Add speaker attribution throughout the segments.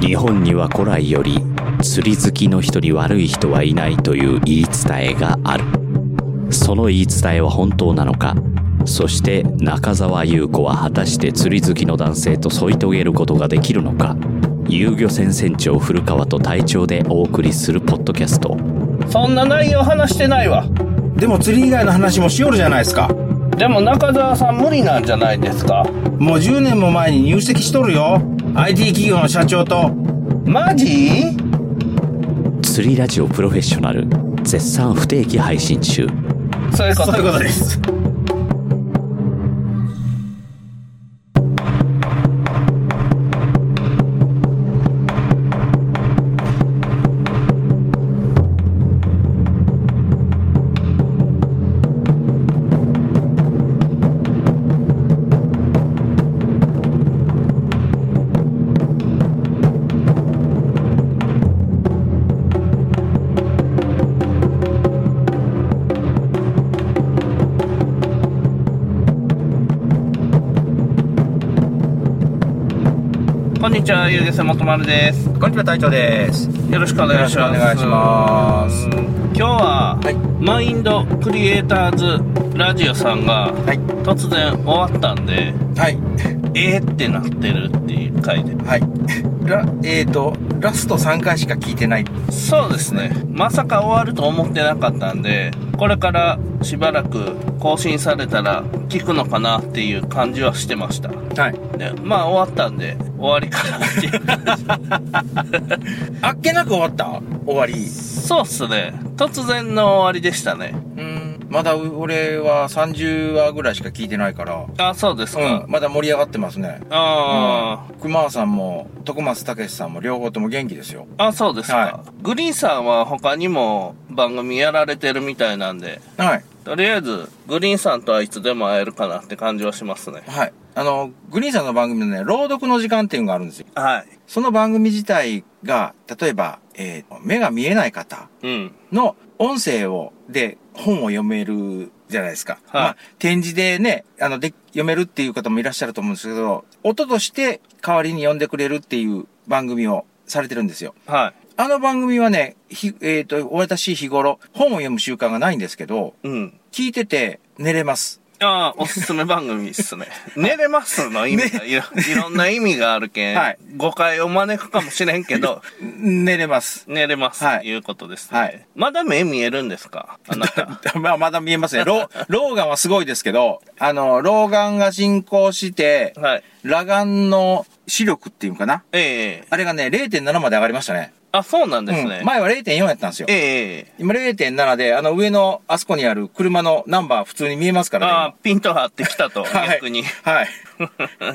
Speaker 1: 日本には古来より釣り好きの人に悪い人はいないという言い伝えがあるその言い伝えは本当なのかそして中澤優子は果たして釣り好きの男性と添い遂げることができるのか遊漁船船長古川と隊長でお送りするポッドキャスト
Speaker 2: そんな内容話してないわ
Speaker 3: でも釣り以外の話もしよるじゃないですか
Speaker 2: でも中澤さん無理なんじゃないですか
Speaker 3: もう10年も前に入籍しとるよ IT 企業の社長と
Speaker 2: マジ
Speaker 1: 釣りラジオプロフェッショナル絶賛不定期配信中
Speaker 2: そういうこ
Speaker 3: そういうことです
Speaker 2: とこんにちはゆうげせもとまるです
Speaker 3: こんにちは隊長です
Speaker 2: よろしくお願いします
Speaker 3: よろしくお願いします
Speaker 2: 今日は、
Speaker 3: はい
Speaker 2: マインドクリエイターズラジオさんが
Speaker 3: はい
Speaker 2: 突然終わったんで
Speaker 3: はい
Speaker 2: えー、ってなってるっていう回で
Speaker 3: はいラえっ、とラスト3回しか聞いてない
Speaker 2: そうですねまさか終わると思ってなかったんでこれからしばらく更新されたら聞くのかなっていう感じはしてました
Speaker 3: はい
Speaker 2: でまあ終わったんで終わりかなっていう 感じ
Speaker 3: あっけなく終わった終わり
Speaker 2: そうっすね突然の終わりでしたね
Speaker 3: うんまだう俺は30話ぐらいしか聞いてないから
Speaker 2: あそうですか、
Speaker 3: うんまだ盛り上がってますね
Speaker 2: あー
Speaker 3: 熊さんも徳松武さんも両方とも元気ですよ
Speaker 2: あそうですか、
Speaker 3: は
Speaker 2: グリーンさんは他にも番組やられてるみたいなんで
Speaker 3: はい
Speaker 2: とりあえずグリーンさんとはいつでも会えるかなって感じはしますね
Speaker 3: はいあのグリーンさんの番組のね朗読の時間っていうのがあるんですよ
Speaker 2: はい
Speaker 3: その番組自体が例えば、えー目が見えない方
Speaker 2: うん
Speaker 3: の音声をで本を読めるじゃないですか、
Speaker 2: はい
Speaker 3: まあ、展示でねあので読めるっていう方もいらっしゃると思うんですけど音として代わりに読んでくれるっていう番組をされてるんですよ
Speaker 2: は
Speaker 3: あの番組はね、ひえっ、と、私日頃、本を読む習慣がないんですけど、
Speaker 2: いうん
Speaker 3: 聞いてて寝れます。
Speaker 2: ああ、おすすめ番組っすね。 寝れますの意味 が、いろいろんな意味がある けん、
Speaker 3: はい
Speaker 2: 誤解を招くかもしれんけ ど、
Speaker 3: ん寝れます。
Speaker 2: 寝れます、
Speaker 3: はい
Speaker 2: ということですね、
Speaker 3: はい
Speaker 2: まだ目見えるんですかあな た。
Speaker 3: まあ、まだ見えますね。老、 老眼はすごいですけど、あの、老眼が進行して、
Speaker 2: はい。
Speaker 3: 裸眼の視力っていうのかな
Speaker 2: ええ
Speaker 3: あれがね、0.7まで上がりましたね。
Speaker 2: あ、そうなんですね。
Speaker 3: うん前は0.4やったんですよ
Speaker 2: え。え
Speaker 3: 今0.7で、あの上の、あそこにある車のナンバー普通に見えますからね。
Speaker 2: ああ、ピント張ってきた と、
Speaker 3: 今はい
Speaker 2: 逆に。
Speaker 3: はい。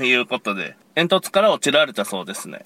Speaker 2: いうことで。煙突から落ちられたそうですね。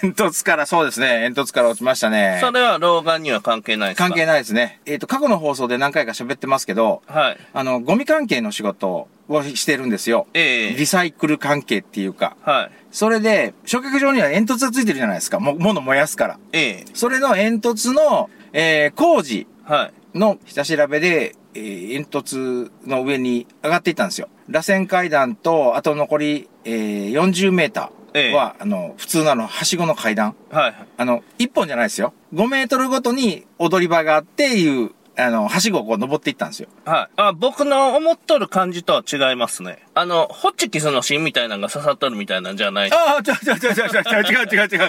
Speaker 3: 煙突から、そうですね。煙突から落ちましたね。
Speaker 2: それは老眼には関係ないですか
Speaker 3: 関係
Speaker 2: ない。
Speaker 3: ないですね。えっ、と、過去の放送で何回か喋ってますけど、
Speaker 2: はい。
Speaker 3: あの、ゴミ関係の仕事をしてるんですよ。
Speaker 2: ええ
Speaker 3: リサイクル関係っていうか。
Speaker 2: はい。
Speaker 3: それで、焼却場には煙突がついてるじゃないですか。も、物燃やすから。
Speaker 2: ええ
Speaker 3: それの煙突の、えー工事
Speaker 2: はい。
Speaker 3: の下調べで、えー煙突の上に上がっていったんですよ。螺旋階段と、あと残り、えー40メータ
Speaker 2: え
Speaker 3: ー
Speaker 2: え
Speaker 3: は、あの、普通のあの、はしごの階段。
Speaker 2: はい。
Speaker 3: あの、一本じゃないですよ。5メートルごとに踊り場があっていう、あの、はしごをこう登っていったんですよ。
Speaker 2: はい。あ、僕の思っとる感じとは違いますね。あの、ホッチキスの芯みたいなのが刺さっとるみたいなんじゃない。
Speaker 3: ああ、違う違う違う違う違う違う違う違 う。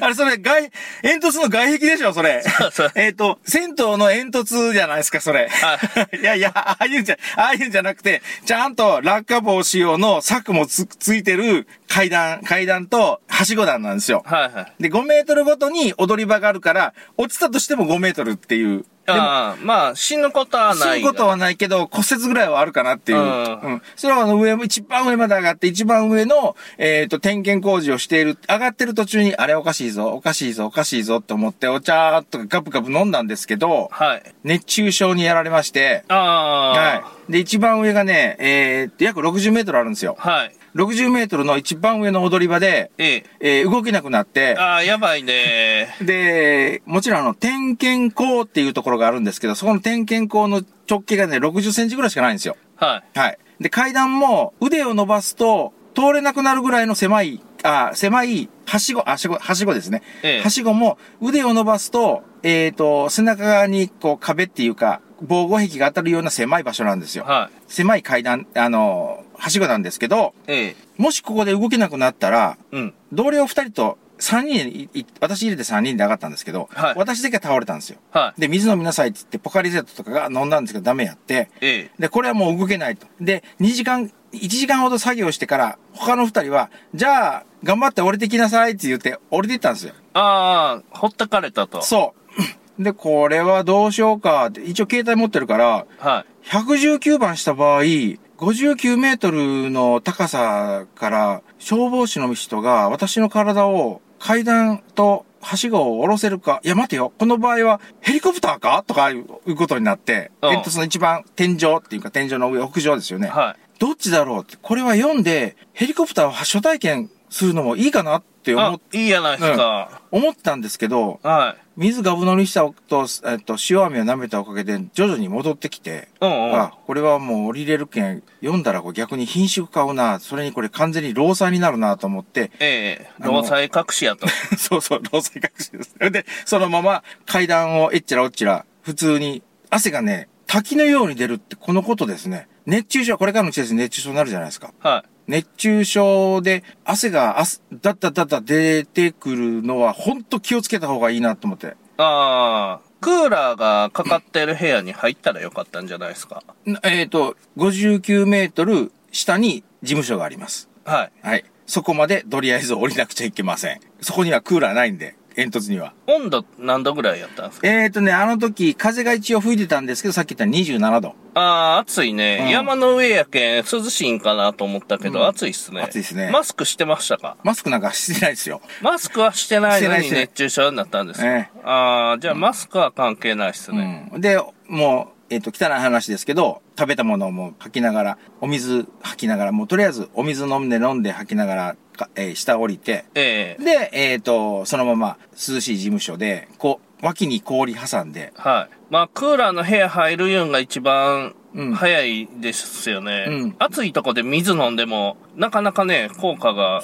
Speaker 3: あれ、それ、外、煙突の外壁でしょ、それ。
Speaker 2: うそう
Speaker 3: えっと、銭湯の煙突じゃないですか、それ
Speaker 2: は。
Speaker 3: いやいや、ああいうんじゃ、ああいうんじゃなくて、ちゃんと落下防止用の柵もつ、ついてる階段、階段と、はしご段なんですよ。
Speaker 2: はいはい。
Speaker 3: で、5メートルごとに踊り場があるから、落ちたとしても5メートルっていう。でも
Speaker 2: ああ、まあ、死ぬことは
Speaker 3: そ
Speaker 2: な
Speaker 3: う
Speaker 2: い。
Speaker 3: いうことはないけど、骨折ぐらいはあるかなっていう。
Speaker 2: う
Speaker 3: うんん。それはあの上も、一番上まで上がって、一番上の、えっ、と、点検工事をしている、上がってる途中に、あれおかしいぞ、おかしいぞ、おかしいぞって思って、お茶とかガブガブ飲んだんですけど、
Speaker 2: はい。
Speaker 3: 熱中症にやられまして、
Speaker 2: ああ。
Speaker 3: はい。で、一番上がね、えーっと、約60メートルあるんですよ。
Speaker 2: はい。
Speaker 3: 60メートルの一番上の踊り場で、
Speaker 2: え
Speaker 3: えー動けなくなって
Speaker 2: え。、ああ、やばいね。
Speaker 3: で、もちろんあの、点検口っていうところがあるんですけど、そこの点検口の直径がね、60センチぐらいしかないんですよ。
Speaker 2: はい。
Speaker 3: はい。で、階段も腕を伸ばすと通れなくなるぐらいの狭いあ、狭い、はしご、あ、はしご、はしごですね。
Speaker 2: ええ
Speaker 3: はしごも、腕を伸ばすと、えっ、と、背中側に、こう、壁っていうか、防護壁が当たるような狭い場所なんですよ。
Speaker 2: はい。
Speaker 3: 狭い階段、あの、はしごなんですけど、
Speaker 2: ええ。
Speaker 3: もしここで動けなくなったら、
Speaker 2: うん。
Speaker 3: 同僚2人と3人い、い私入れて3人で上がったんですけど、
Speaker 2: はい
Speaker 3: 私だけ倒れたんですよ。
Speaker 2: はい。
Speaker 3: で、水飲みなさいって言って、ポカリゼットとかが飲んだんですけど、ダメやって、
Speaker 2: ええ。
Speaker 3: で、これはもう動けないと。で、2時間、1時間ほど作業してから、他の2人は、じゃあ、頑張って降りてきなさいって言って、降りていったんですよ。
Speaker 2: ああ、ほったかれたと。
Speaker 3: そう。で、これはどうしようかって、一応携帯持ってるから、
Speaker 2: は
Speaker 3: 119番した場合、59メートルの高さから消防士の人が私の体を階段とはしごを下ろせるか、いや待てよ、この場合はヘリコプターかとかいうことになって、
Speaker 2: うん
Speaker 3: えっとその一番天井っていうか天井の上、屋上ですよね
Speaker 2: い。。はい。
Speaker 3: どっちだろうって、これは読んでヘリコプターを初体験するのもいいかなって思
Speaker 2: あ
Speaker 3: っ、
Speaker 2: いいやないですか。
Speaker 3: 思ったんですけど、
Speaker 2: はい。
Speaker 3: 水がぶ乗りしたおと、えっと、塩飴を舐めたおかげで徐々に戻ってきて、
Speaker 2: うんうん。
Speaker 3: あ、これはもう降りれるけん、読んだらこう逆に品種買うな、それにこれ完全に労災になるなと思って、
Speaker 2: ええ。
Speaker 3: あの
Speaker 2: 労災隠し やと。
Speaker 3: そうそう、労災隠しです。で、そのまま階段をえっちらおっちら、普通に、汗がね、滝のように出るってこのことですね。熱中症、これからの季節熱中症になるじゃないですか。
Speaker 2: は
Speaker 3: 熱中症で汗が、汗、だっただった出てくるのは、ほんと気をつけた方がいいなと思って。
Speaker 2: い。ああ、クーラーがかかってる部屋に入ったらよかったんじゃないですか。
Speaker 3: なえっ、と、59メートル下に事務所があります。
Speaker 2: はい。
Speaker 3: はい。そこまでとりあえず降りなくちゃいけません。そこにはクーラーないんで、煙突には。
Speaker 2: 温度何度ぐらいやったんですか
Speaker 3: えーとね、あの時、風が一応吹いてたんですけど、さっき言った27度。
Speaker 2: ああ、暑いね、
Speaker 3: うん
Speaker 2: 山の上やけん、涼しいんかなと思ったけど、
Speaker 3: うん
Speaker 2: 暑いっすね。
Speaker 3: 暑いっすね
Speaker 2: マスクしてましたか
Speaker 3: マスクなんかしてないですよ。
Speaker 2: マスクはしてないの
Speaker 3: し
Speaker 2: に
Speaker 3: てないしてない
Speaker 2: 熱中症になったんですか、
Speaker 3: え
Speaker 2: ああ、じゃあマスクは関係ないっすね。
Speaker 3: うん。で、もう、えっ、と、汚い話ですけど、食べたものをもう吐きながら、お水吐きながら、もうとりあえずお水飲んで飲んで吐きながら、かえー下降りて、
Speaker 2: ええ
Speaker 3: で、えっ、と、そのまま涼しい事務所で、こう、脇に氷挟んで、
Speaker 2: はい。まあ、クーラーの部屋入るいうんが一番
Speaker 3: うん
Speaker 2: 早いですよね、
Speaker 3: うん
Speaker 2: 暑いとこで水飲んでも、なかなかね、効果が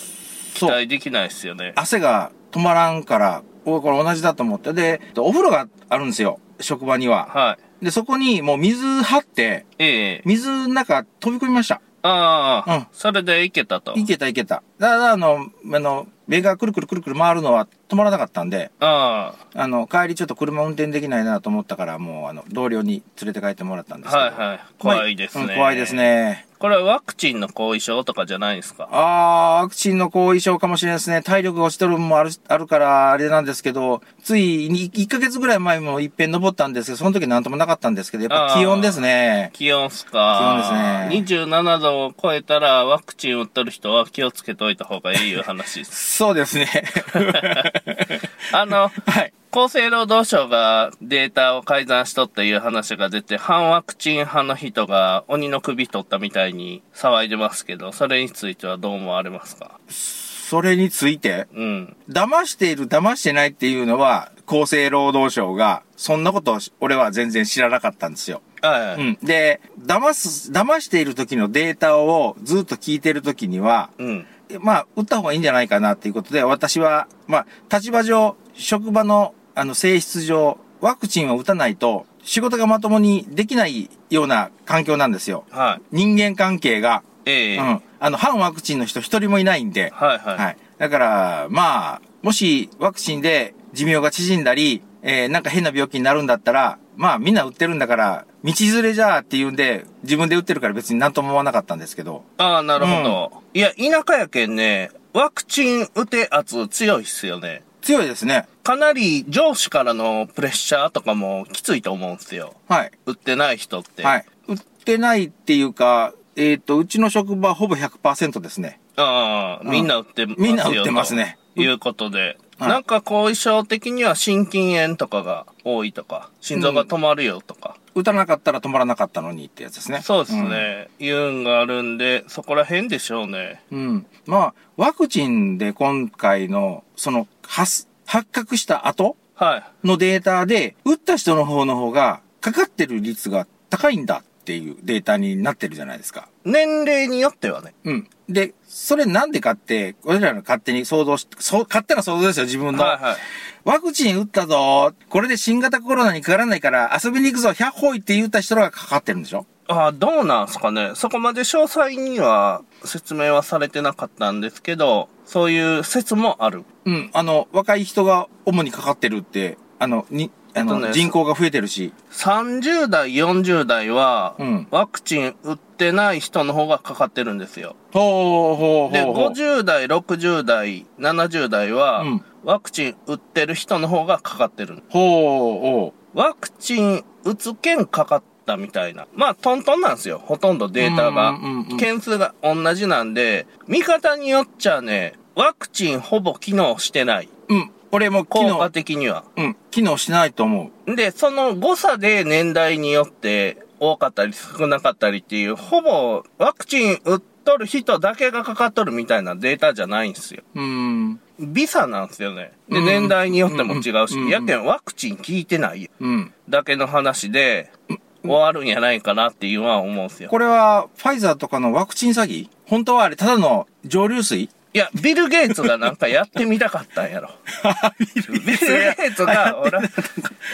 Speaker 2: 期
Speaker 3: そう
Speaker 2: 待できないっすよね。
Speaker 3: 汗が止まらんから、おこれ同じだと思って。で、お風呂があるんですよ、職場には。
Speaker 2: はい。
Speaker 3: で、そこにもう水張って、
Speaker 2: ええ
Speaker 3: 水の中飛び込みました。
Speaker 2: ああ、
Speaker 3: うん
Speaker 2: それでいけたと。
Speaker 3: いけたいけた。だから、あの、あの、目がくるくるくるくる回るのは止まらなかったんで、
Speaker 2: あ
Speaker 3: あの、帰りちょっと車運転できないなと思ったから、もう、あの、同僚に連れて帰ってもらったんです
Speaker 2: あ、
Speaker 3: けど。
Speaker 2: はいはい。怖いですね、
Speaker 3: まあうん怖いです。ね。
Speaker 2: これはワクチンの後遺症とかじゃないですか
Speaker 3: あー、ワクチンの後遺症かもしれないですね。体力が落ちとるのもある、あるから、あれなんですけど、ついに1ヶ月ぐらい前も一遍登ったんですけど、その時なんともなかったんですけど、やっぱ気温ですね。
Speaker 2: 気温っすか
Speaker 3: 気温
Speaker 2: ですね。27度を超えたらワクチン打っとる人は気をつけといた方がいいいう話で す。
Speaker 3: そうですね。
Speaker 2: あの、
Speaker 3: はい。
Speaker 2: 厚生労働省がデータを改ざんしとっていう話が出て、反ワクチン派の人が鬼の首取ったみたいに騒いでますけど、それについてはどう思われますか
Speaker 3: それについて、
Speaker 2: うん。
Speaker 3: 騙している、騙してないっていうのは、厚生労働省が、そんなことを俺は全然知らなかったんですよ。
Speaker 2: は
Speaker 3: う
Speaker 2: い。
Speaker 3: ん。で、騙す、騙している時のデータをずっと聞いてる時には、
Speaker 2: うん。
Speaker 3: まあ、打った方がいいんじゃないかなっていうことで、私は、まあ、立場上、職場の、あの、性質上、ワクチンを打たないと、仕事がまともにできないような環境なんですよ。
Speaker 2: はい。
Speaker 3: 人間関係が、
Speaker 2: ええ
Speaker 3: うん。あの、反ワクチンの人一人もいないんで、
Speaker 2: はいはい。
Speaker 3: はい。だから、まあ、もしワクチンで寿命が縮んだり、えーなんか変な病気になるんだったら、まあみんな打ってるんだから、道連れじゃあって言うんで、自分で打ってるから別になんとも思わなかったんですけど、
Speaker 2: ああ、なるほど。いや、田舎やけんね、ワクチン打て圧強いっすよね。
Speaker 3: 強いですね。
Speaker 2: かなり上司からのプレッシャーとかもきついと思うんですよ。
Speaker 3: はい。
Speaker 2: 打ってない人って。
Speaker 3: はい。売ってないっていうか、えっ、と、うちの職場ほぼ100%ですね。
Speaker 2: ああ、みんな打ってますよ、
Speaker 3: みんな打ってますね
Speaker 2: ということで。
Speaker 3: はい
Speaker 2: なんか後遺症的には心筋炎とかが多いとか、心臓が止まるよとか、
Speaker 3: 打たなかったら止まらなかったのにってやつですね。
Speaker 2: そうですね、いうんがあるんで、そこら辺でしょうね。
Speaker 3: うん。うん。まあ、ワクチンで今回の、その、発、発覚した後
Speaker 2: はい。
Speaker 3: のデータで、打った人の方の方が、かかってる率が高いんだっっていうデータになってるじゃないですか。
Speaker 2: 年齢によってはね。
Speaker 3: うん。で、それなんでかって、俺らの勝手に想像し、そう、勝手な想像ですよ、自分の。
Speaker 2: はいはい。
Speaker 3: ワクチン打ったぞ、これで新型コロナにかからないから遊びに行くぞ、100歩行って言った人らがかかってるんでしょ
Speaker 2: ああ、どうなんすかね。そこまで詳細には説明はされてなかったんですけど、そういう説もある。
Speaker 3: うん。あの、若い人が主にかかってるって、あの、に、あの、
Speaker 2: えっとね
Speaker 3: 人口が増えてるし。
Speaker 2: 30代、40代は、
Speaker 3: うん
Speaker 2: ワクチン打ってない人の方がかかってるんですよ。
Speaker 3: ほうほう
Speaker 2: で、
Speaker 3: ほうほう。
Speaker 2: 50代、60代、70代は、
Speaker 3: うん
Speaker 2: ワクチン打ってる人の方がかかってる。
Speaker 3: ほうほう。
Speaker 2: ワクチン打つ券かかったみたいな。まあ、トントンなんですよ。ほとんどデータ
Speaker 3: う
Speaker 2: が
Speaker 3: んうんうんうん。
Speaker 2: 件数が同じなんで、見方によっちゃね、ワクチンほぼ機能してない。
Speaker 3: うん。俺も昨
Speaker 2: 効果
Speaker 3: 日、
Speaker 2: 的には。
Speaker 3: うん。機能してないと思う。
Speaker 2: で、その誤差で年代によって多かったり少なかったりっていう、ほぼワクチン打っとる人だけがかかっとるみたいなデータじゃないんですよ。
Speaker 3: うーん。
Speaker 2: 微差なんですよね。で、
Speaker 3: うん
Speaker 2: 年代によっても違う
Speaker 3: うん
Speaker 2: し、やけんワクチン効いてない
Speaker 3: うん。
Speaker 2: だけの話で、終わるんやないかなっていうのは思うんですよ。
Speaker 3: これは、ファイザーとかのワクチン詐欺本当はあれ、ただの蒸留水
Speaker 2: いや、ビル・ゲイツがなんかやってみたかったんやろ。 ビル・ゲイツが、俺は、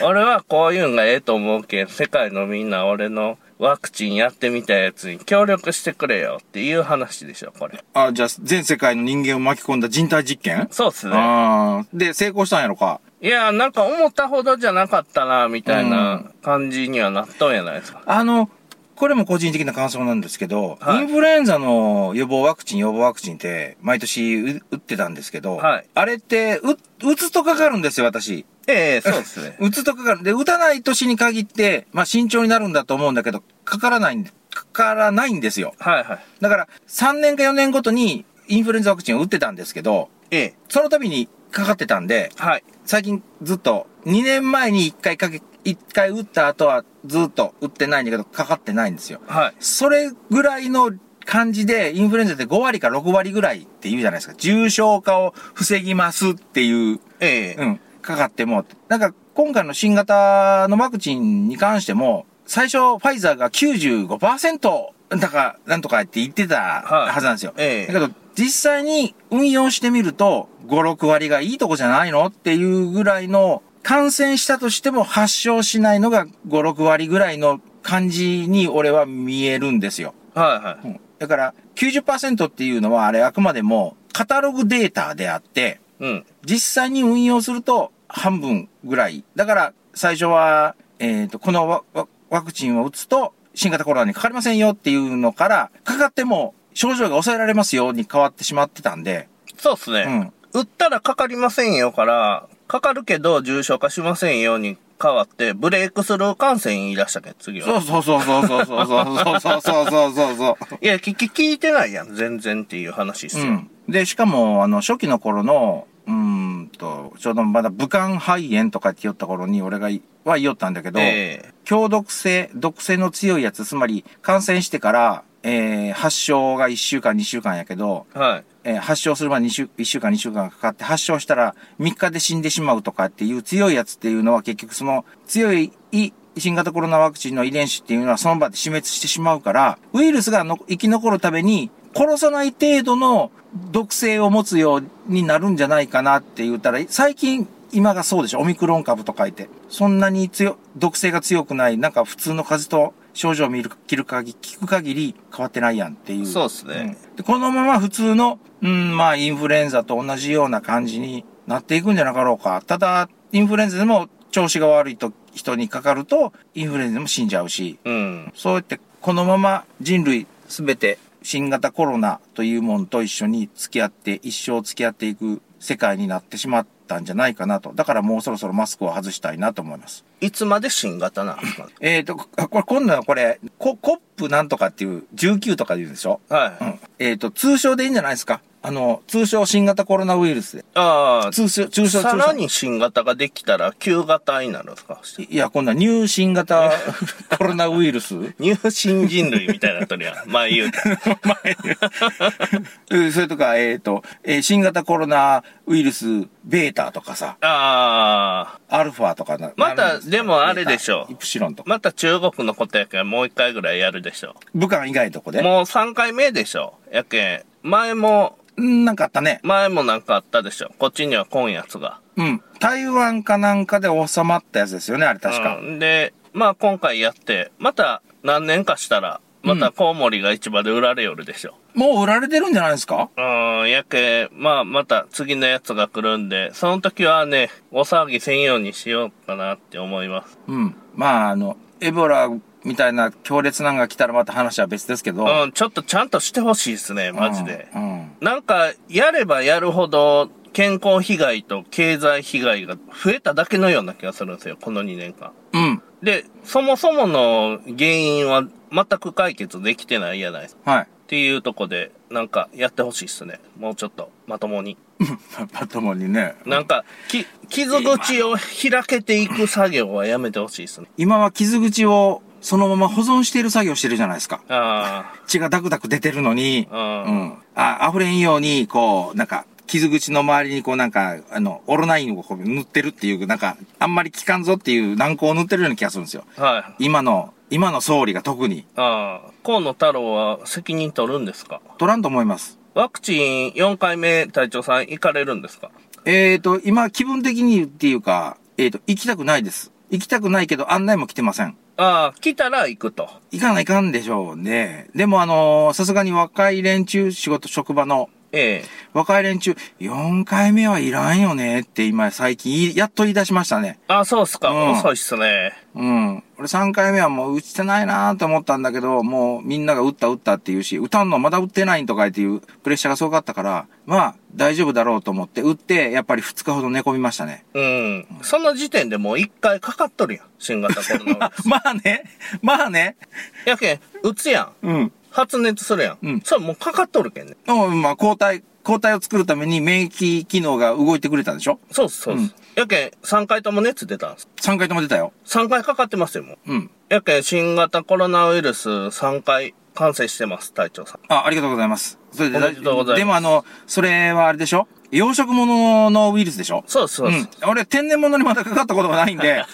Speaker 2: 俺はこういうんがええと思うけん、世界のみんな俺のワクチンやってみたやつに協力してくれよっていう話でしょ、これ。
Speaker 3: あ、じゃあ、全世界の人間を巻き込んだ人体実験
Speaker 2: そうっすね。
Speaker 3: ああ。で、成功したんやろか。
Speaker 2: いや、なんか思ったほどじゃなかったな、みたいうな感じにはなっとんやないですか。
Speaker 3: あの、これも個人的な感想なんですけど、
Speaker 2: はい
Speaker 3: インフルエンザの予防ワクチン、予防ワクチンって、毎年う打ってたんですけど、
Speaker 2: はい
Speaker 3: あれって、う、打つとかかるんですよ、私。
Speaker 2: ええそうっすね。
Speaker 3: 打つとかかる。で、打たない年に限って、まあ慎重になるんだと思うんだけど、かからないん、かからないんですよ。
Speaker 2: はいはい。
Speaker 3: だから、3年か4年ごとにインフルエンザワクチンを打ってたんですけど、
Speaker 2: ええ
Speaker 3: その度にかかってたんで、
Speaker 2: はい。
Speaker 3: 最近ずっと、2年前に1回かけ、1回打った後はずっと打ってないんだけど、かかってないんですよ。
Speaker 2: はい。
Speaker 3: それぐらいの感じで、インフルエンザって5割か6割ぐらいって言うじゃないですか。重症化を防ぎますっていう、
Speaker 2: ええ
Speaker 3: うん、かかっても。なんか、今回の新型のワクチンに関しても、最初、ファイザーが95%だか、なんとかって言ってた
Speaker 2: はい
Speaker 3: はずなんですよ。
Speaker 2: ええ
Speaker 3: だけど、実際に運用してみると、5、6割がいいとこじゃないのっていうぐらいの、感染したとしても発症しないのが5、6割ぐらいの感じに俺は見えるんですよ。
Speaker 2: はいは
Speaker 3: う
Speaker 2: い。
Speaker 3: んだから、90%っていうのはあれあくまでも、カタログデータであって、
Speaker 2: うん。
Speaker 3: 実際に運用すると半分ぐらい。だから、最初は、えっ、と、このワワワクチンを打つと、新型コロナにかかりませんよっていうのから、かかっても症状が抑えられますよに変わってしまってたんで、
Speaker 2: そうっすね。
Speaker 3: うん。
Speaker 2: 打ったらかかりませんよから、かかるけど重症化しませんよに変わって、ブレイクスルー感染言い出したけん、次
Speaker 3: そう
Speaker 2: は。
Speaker 3: そうそうそうそうそうそうそうそうそうそうそう。
Speaker 2: いや、聞き、聞いてないやん、全然っていう話っすよ。
Speaker 3: うん。で、しかも、あの、初期の頃の、うーんと、ちょうどまだ武漢肺炎とかって言った頃に俺がい、は言おったんだけど、
Speaker 2: ええ
Speaker 3: 強毒性、毒性の強いやつ、つまり感染してから、えー発症が1週間、2週間やけど、
Speaker 2: はい。
Speaker 3: えー発症するまで2週、1週間、2週間かかって、発症したら3日で死んでしまうとかっていう強いやつっていうのは結局その強い新型コロナワクチンの遺伝子っていうのはその場で死滅してしまうから、ウイルスがの生き残るために殺さない程度の毒性を持つようになるんじゃないかなって言ったら、最近今がそうでしょオミクロン株と書いて。そんなに強、毒性が強くない、なんか普通の風邪と症状を見る、切る限り、聞く限り変わってないやんっていう。
Speaker 2: そうっすね。
Speaker 3: うんでこのまま普通の、うん、まあ、インフルエンザと同じような感じになっていくんじゃなかろうか。ただ、インフルエンザでも調子が悪いと人にかかると、インフルエンザでも死んじゃうし、
Speaker 2: うん。
Speaker 3: そうやってこのまま人類すべて新型コロナというものと一緒に付き合って、一生付き合っていく世界になってしまったんじゃないかなと。だからもうそろそろマスクを外したいなと思います。
Speaker 2: いつまで新型なんですかね
Speaker 3: えっ、と、ここれ今度はこれ、ココップなんとかっていう19とかで言うんでしょ
Speaker 2: は
Speaker 3: うんえっ、と、通称でいいんじゃないですか。あの、通称新型コロナウイルスで。
Speaker 2: ああ、
Speaker 3: 通称、通称、通
Speaker 2: さら
Speaker 3: 称。
Speaker 2: に新型ができたら旧型になるんですか
Speaker 3: いや、こんな入新型 コロナウイルス
Speaker 2: 入信人類みたいなとりゃ、前言う た。
Speaker 3: うんそれとか、えっ、と、えー新型コロナウイルスベータとかさ、
Speaker 2: ああ、
Speaker 3: アルファとかな。
Speaker 2: また
Speaker 3: なるんすよ
Speaker 2: でもあれでしょう
Speaker 3: ベータイプシロンとか。
Speaker 2: また中国のことやけんもう一回ぐらいやるでしょ
Speaker 3: 武漢以外のとこ
Speaker 2: う。
Speaker 3: で。
Speaker 2: もう3回目でしょう。やけん、前も、
Speaker 3: うんなんかあったね。
Speaker 2: 前もなんかあったでしょ。こっちには来んやつが。
Speaker 3: うん。台湾かなんかで収まったやつですよね、あれ確か。
Speaker 2: うんで、まあ今回やって、また何年かしたら、またコウモリが市場で売られよるでしょ。
Speaker 3: もう売られてるんじゃないですか
Speaker 2: うん、やけ、まあまた次のやつが来るんで、その時はね、お騒ぎせんようにしようかなって思います。
Speaker 3: うん。まあ、あの、エボラみたいな強烈なのが来たらまた話は別ですけど。
Speaker 2: うん、ちょっとちゃんとしてほしいですね、マジで。
Speaker 3: うん。うん
Speaker 2: なんか、やればやるほど、健康被害と経済被害が増えただけのような気がするんですよ、この2年間。
Speaker 3: うん。
Speaker 2: で、そもそもの原因は全く解決できてないじゃないですか。
Speaker 3: はい。
Speaker 2: っていうとこで、なんかやってほしいっすね。もうちょっと、まともに。
Speaker 3: まともにね。
Speaker 2: なんか、き、傷口を開けていく作業はやめてほしいっすね。
Speaker 3: 今は傷口をそのまま保存している作業してるじゃないですか。
Speaker 2: あ
Speaker 3: 血がダクダク出てるのに、
Speaker 2: あ、うん。
Speaker 3: うん。あ、溢れんように、こう、なんか、傷口の周りにこうなんか、あの、オロナインをこう塗ってるっていう、なんか、あんまり効かんぞっていう軟膏を塗ってるような気がするんですよ。
Speaker 2: はい。
Speaker 3: 今の、今の総理が特に。
Speaker 2: ああ、河野太郎は責任取るんですか
Speaker 3: 取らんと思います。
Speaker 2: ワクチン4回目隊長さん行かれるんですか
Speaker 3: えー、と、今、気分的にっていうか、えー、と、行きたくないです。行きたくないけど、案内も来てません。
Speaker 2: ああ、来たら行くと。
Speaker 3: 行かないかんでしょうね。でも、あのーさすがに若い連中、仕事、職場の、
Speaker 2: ええ。
Speaker 3: 若い連中、4回目はいらんよねって今、最近言い、やっと言い出しましたね。
Speaker 2: ああ、そうっすか。
Speaker 3: うん
Speaker 2: 遅いっすね。
Speaker 3: うん。俺3回目はもう打ちてないなと思ったんだけど、もうみんなが打った打ったっていうし、打たんのまだ打ってないんとかっていうプレッシャーがすごかったから、まあ、大丈夫だろうと思って、打って、やっぱり2日ほど寝込みましたね。
Speaker 2: うん。その時点でもう1回かかっとるやん。新型コロナ ウイルス。
Speaker 3: まあね、まあね。
Speaker 2: やけん、打つやん。
Speaker 3: うん。
Speaker 2: 発熱するやん。
Speaker 3: うん
Speaker 2: それもうかかっとるけんね。
Speaker 3: うん、まあ、抗体、抗体を作るために免疫機能が動いてくれたんでしょ
Speaker 2: そうっす、そうっす。
Speaker 3: うん
Speaker 2: やけん、3回とも熱出たんす。
Speaker 3: ?3 回とも出たよ。
Speaker 2: 3回かかってますよ、もう。
Speaker 3: うん。
Speaker 2: やけん、新型コロナウイルス3回感染してます、隊長さん。
Speaker 3: あ、ありがとうございます。それ
Speaker 2: おめでとうございます
Speaker 3: でもあの、それはあれでしょ養殖物のウイルスでしょ
Speaker 2: そうっす、そうっす。
Speaker 3: うん。俺、天然物にまだかかったことがない んで、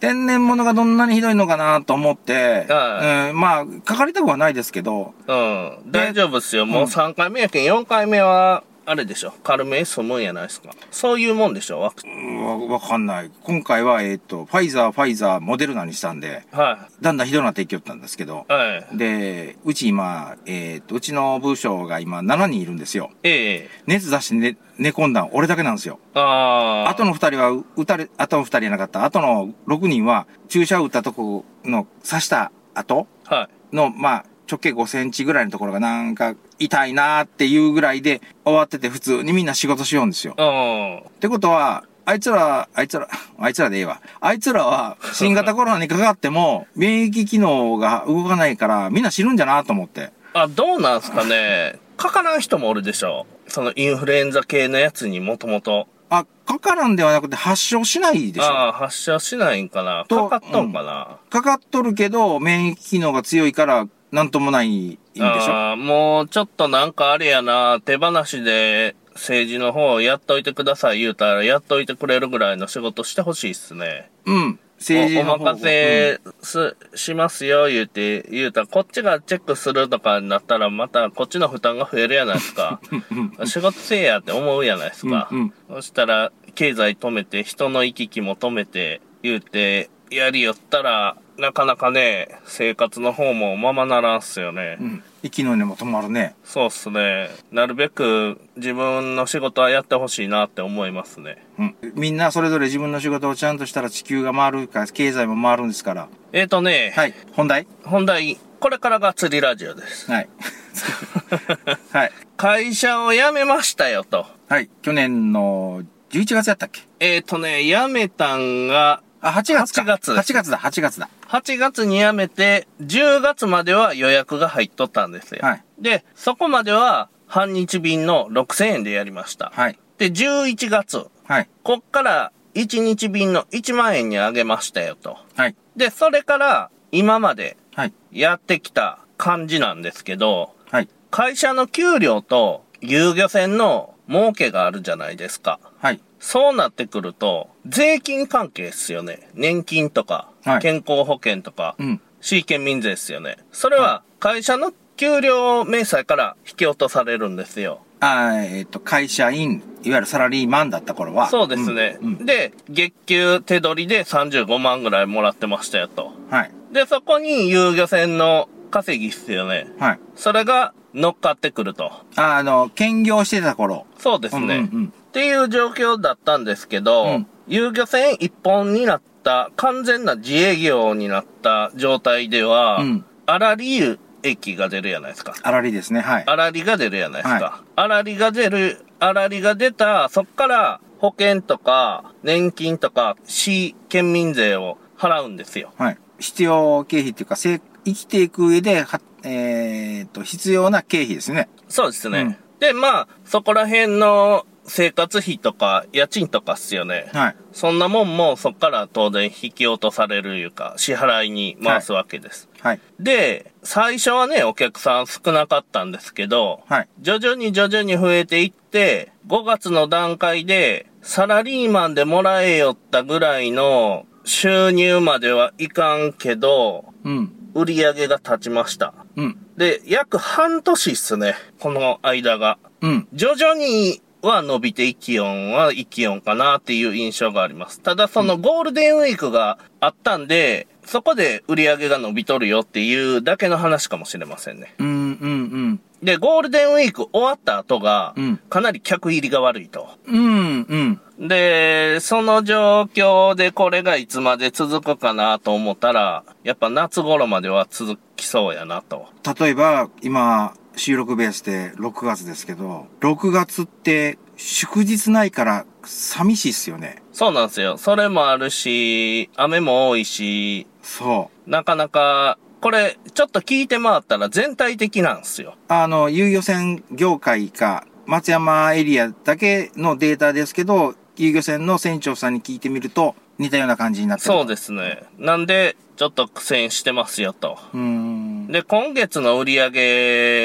Speaker 3: 天然物がどんなにひどいのかなと思って、
Speaker 2: は
Speaker 3: うん、まあ、かかりたくはないですけど、
Speaker 2: うん。大丈夫っすよ。もう3回目やけん、4回目は、あれでしょ。軽めに済むんやないですか。そういうもんでしょ、ワクチン。
Speaker 3: うんわ、わかんない。今回は、えっ、と、ファイザー、ファイザー、モデルナにしたんで、
Speaker 2: は
Speaker 3: だんだんひどくなっていきよったんですけど
Speaker 2: い。、はい。
Speaker 3: で、うち今、えっ、と、うちの部署が今7人いるんですよ。
Speaker 2: ええ
Speaker 3: 熱出して寝寝込んだん俺だけなんですよ。
Speaker 2: ああ。
Speaker 3: あとの2人はう打たれ、あとの2人じゃなかった。あとの6人は注射を打ったとこの刺した後、
Speaker 2: は
Speaker 3: の、まあ、直径5センチぐらいのところがなんか痛いなーっていうぐらいで終わってて普通にみんな仕事しようんですよ。
Speaker 2: い。
Speaker 3: ってことは、あいつら、あいつら、 あいつらでいいわ。あいつらは新型コロナにかかっても免疫機能が動かないからみんな死ぬんじゃなと思って。
Speaker 2: うん。あ、どうなんすかね。かからん人もおるでしょ。そのインフルエンザ系のやつにもともと。
Speaker 3: あ、かからんではなくて発症しないでしょ。
Speaker 2: ああ、発症しないんかな。
Speaker 3: と
Speaker 2: かかっとんかな。
Speaker 3: かかっとるけど免疫機能が強いからなんともないんでしょ。
Speaker 2: ああ、もうちょっとなんかあれやな。手放しで政治の方やっといてください言うたら、やっといてくれるぐらいの仕事してほしいっすね。
Speaker 3: うん。
Speaker 2: お
Speaker 3: 政治の
Speaker 2: お
Speaker 3: 方が
Speaker 2: 任せす、しますよ、言うて、言うたら、こっちがチェックするとかになったら、またこっちの負担が増えるやないです か。仕事せえやって思うやないですか。
Speaker 3: うんうん
Speaker 2: そしたら、経済止めて、人の行き来も止めて、言うて、やりよったら、なかなかね、生活の方もままならんっすよね。
Speaker 3: うん。うん。息の根も止まるね。
Speaker 2: そうっすね。なるべく自分の仕事はやってほしいなって思いますね。
Speaker 3: うん、みんなそれぞれ自分の仕事をちゃんとしたら地球が回るから経済も回るんですから
Speaker 2: えーとね、
Speaker 3: はい本題
Speaker 2: 本題、これからが釣りラジオ です。
Speaker 3: はいはい
Speaker 2: 会社を辞めましたよと。
Speaker 3: はい去年の11月やったっけ
Speaker 2: えっ、とね、辞めたんが、
Speaker 3: あ8月か
Speaker 2: 8月
Speaker 3: 8月だ8月だ
Speaker 2: 8月に辞めて、10月までは予約が入っとったんですよ。
Speaker 3: はい
Speaker 2: で、そこまでは、半日便の6000円でやりました。
Speaker 3: はい。
Speaker 2: で、11月、
Speaker 3: はい。
Speaker 2: こっから1日便の1万円に上げましたよと。
Speaker 3: はい。
Speaker 2: で、それから今まで
Speaker 3: はい。
Speaker 2: やってきた感じなんですけど、
Speaker 3: はい。
Speaker 2: 会社の給料と遊漁船の儲けがあるじゃないですか。
Speaker 3: はい。
Speaker 2: そうなってくると、税金関係っすよね。年金とか
Speaker 3: は、い
Speaker 2: 健康保険とか、
Speaker 3: うん。
Speaker 2: 市域県民税っすよね。それは会社の給料明細から引き落とされるんですよ。
Speaker 3: あーえっ、と、会社員、いわゆるサラリーマンだった頃は。
Speaker 2: そうですね。
Speaker 3: うんうん
Speaker 2: で、月給手取りで35万ぐらいもらってましたよと。
Speaker 3: はい。
Speaker 2: で、そこに遊漁船の稼ぎっすよね。
Speaker 3: はい。
Speaker 2: それが乗っかってくると。
Speaker 3: ああの、兼業してた頃。
Speaker 2: そうですね。
Speaker 3: うんうんうん
Speaker 2: っていう状況だったんですけど、
Speaker 3: うん
Speaker 2: 遊漁船一本になった、完全な自営業になった状態では、
Speaker 3: うん
Speaker 2: 粗利益が出るじゃないですか。
Speaker 3: あらりですね。はい。
Speaker 2: 粗利が出るじゃないです
Speaker 3: は
Speaker 2: か。粗、利が出る、粗利が出た、そっから保険とか年金とか市県民税を払うんですよ。
Speaker 3: はい。必要経費っていうか、せい生きていく上で、はえっ、と、必要な経費ですね。
Speaker 2: そうですね。
Speaker 3: うん
Speaker 2: で、まあ、そこら辺の生活費とか家賃とかっすよね。
Speaker 3: はい。
Speaker 2: そんなもんもそっから当然引き落とされるいうか、支払いに回すわけです。
Speaker 3: はい。
Speaker 2: で、最初はね、お客さん少なかったんですけど、
Speaker 3: はい。
Speaker 2: 徐々に徐々に増えていって、5月の段階で、サラリーマンでもらえよったぐらいの収入まではいかんけど、
Speaker 3: うん。
Speaker 2: 売り上げが立ちました。
Speaker 3: うん。
Speaker 2: で、約半年っすね、この間が。
Speaker 3: うん。
Speaker 2: 徐々には伸びていきよんはイきよんかなっていう印象があります。ただそのゴールデンウィークがあったんで、そこで売り上げが伸びとるよっていうだけの話かもしれませんね。
Speaker 3: うん。うん。
Speaker 2: で、ゴールデンウィーク終わった後が
Speaker 3: うん、
Speaker 2: かなり客入りが悪いと。
Speaker 3: うん。うん。
Speaker 2: で、その状況でこれがいつまで続くかなと思ったら、やっぱ夏頃までは続きそうやなと。
Speaker 3: 例えば、今、収録ベースで6月ですけど、6月って祝日ないから寂しいっすよね。
Speaker 2: そうなんですよ。それもあるし、雨も多いし、
Speaker 3: そ
Speaker 2: なかなか、これ、ちょっと聞いて回ったら全体的なんですよ
Speaker 3: う。。あの、遊漁船業界か、松山エリアだけのデータですけど、遊漁船の船長さんに聞いてみると、似たような感じになってる
Speaker 2: そうですね。なんで、ちょっと苦戦してますよと。
Speaker 3: うーん。
Speaker 2: で、今月の売り上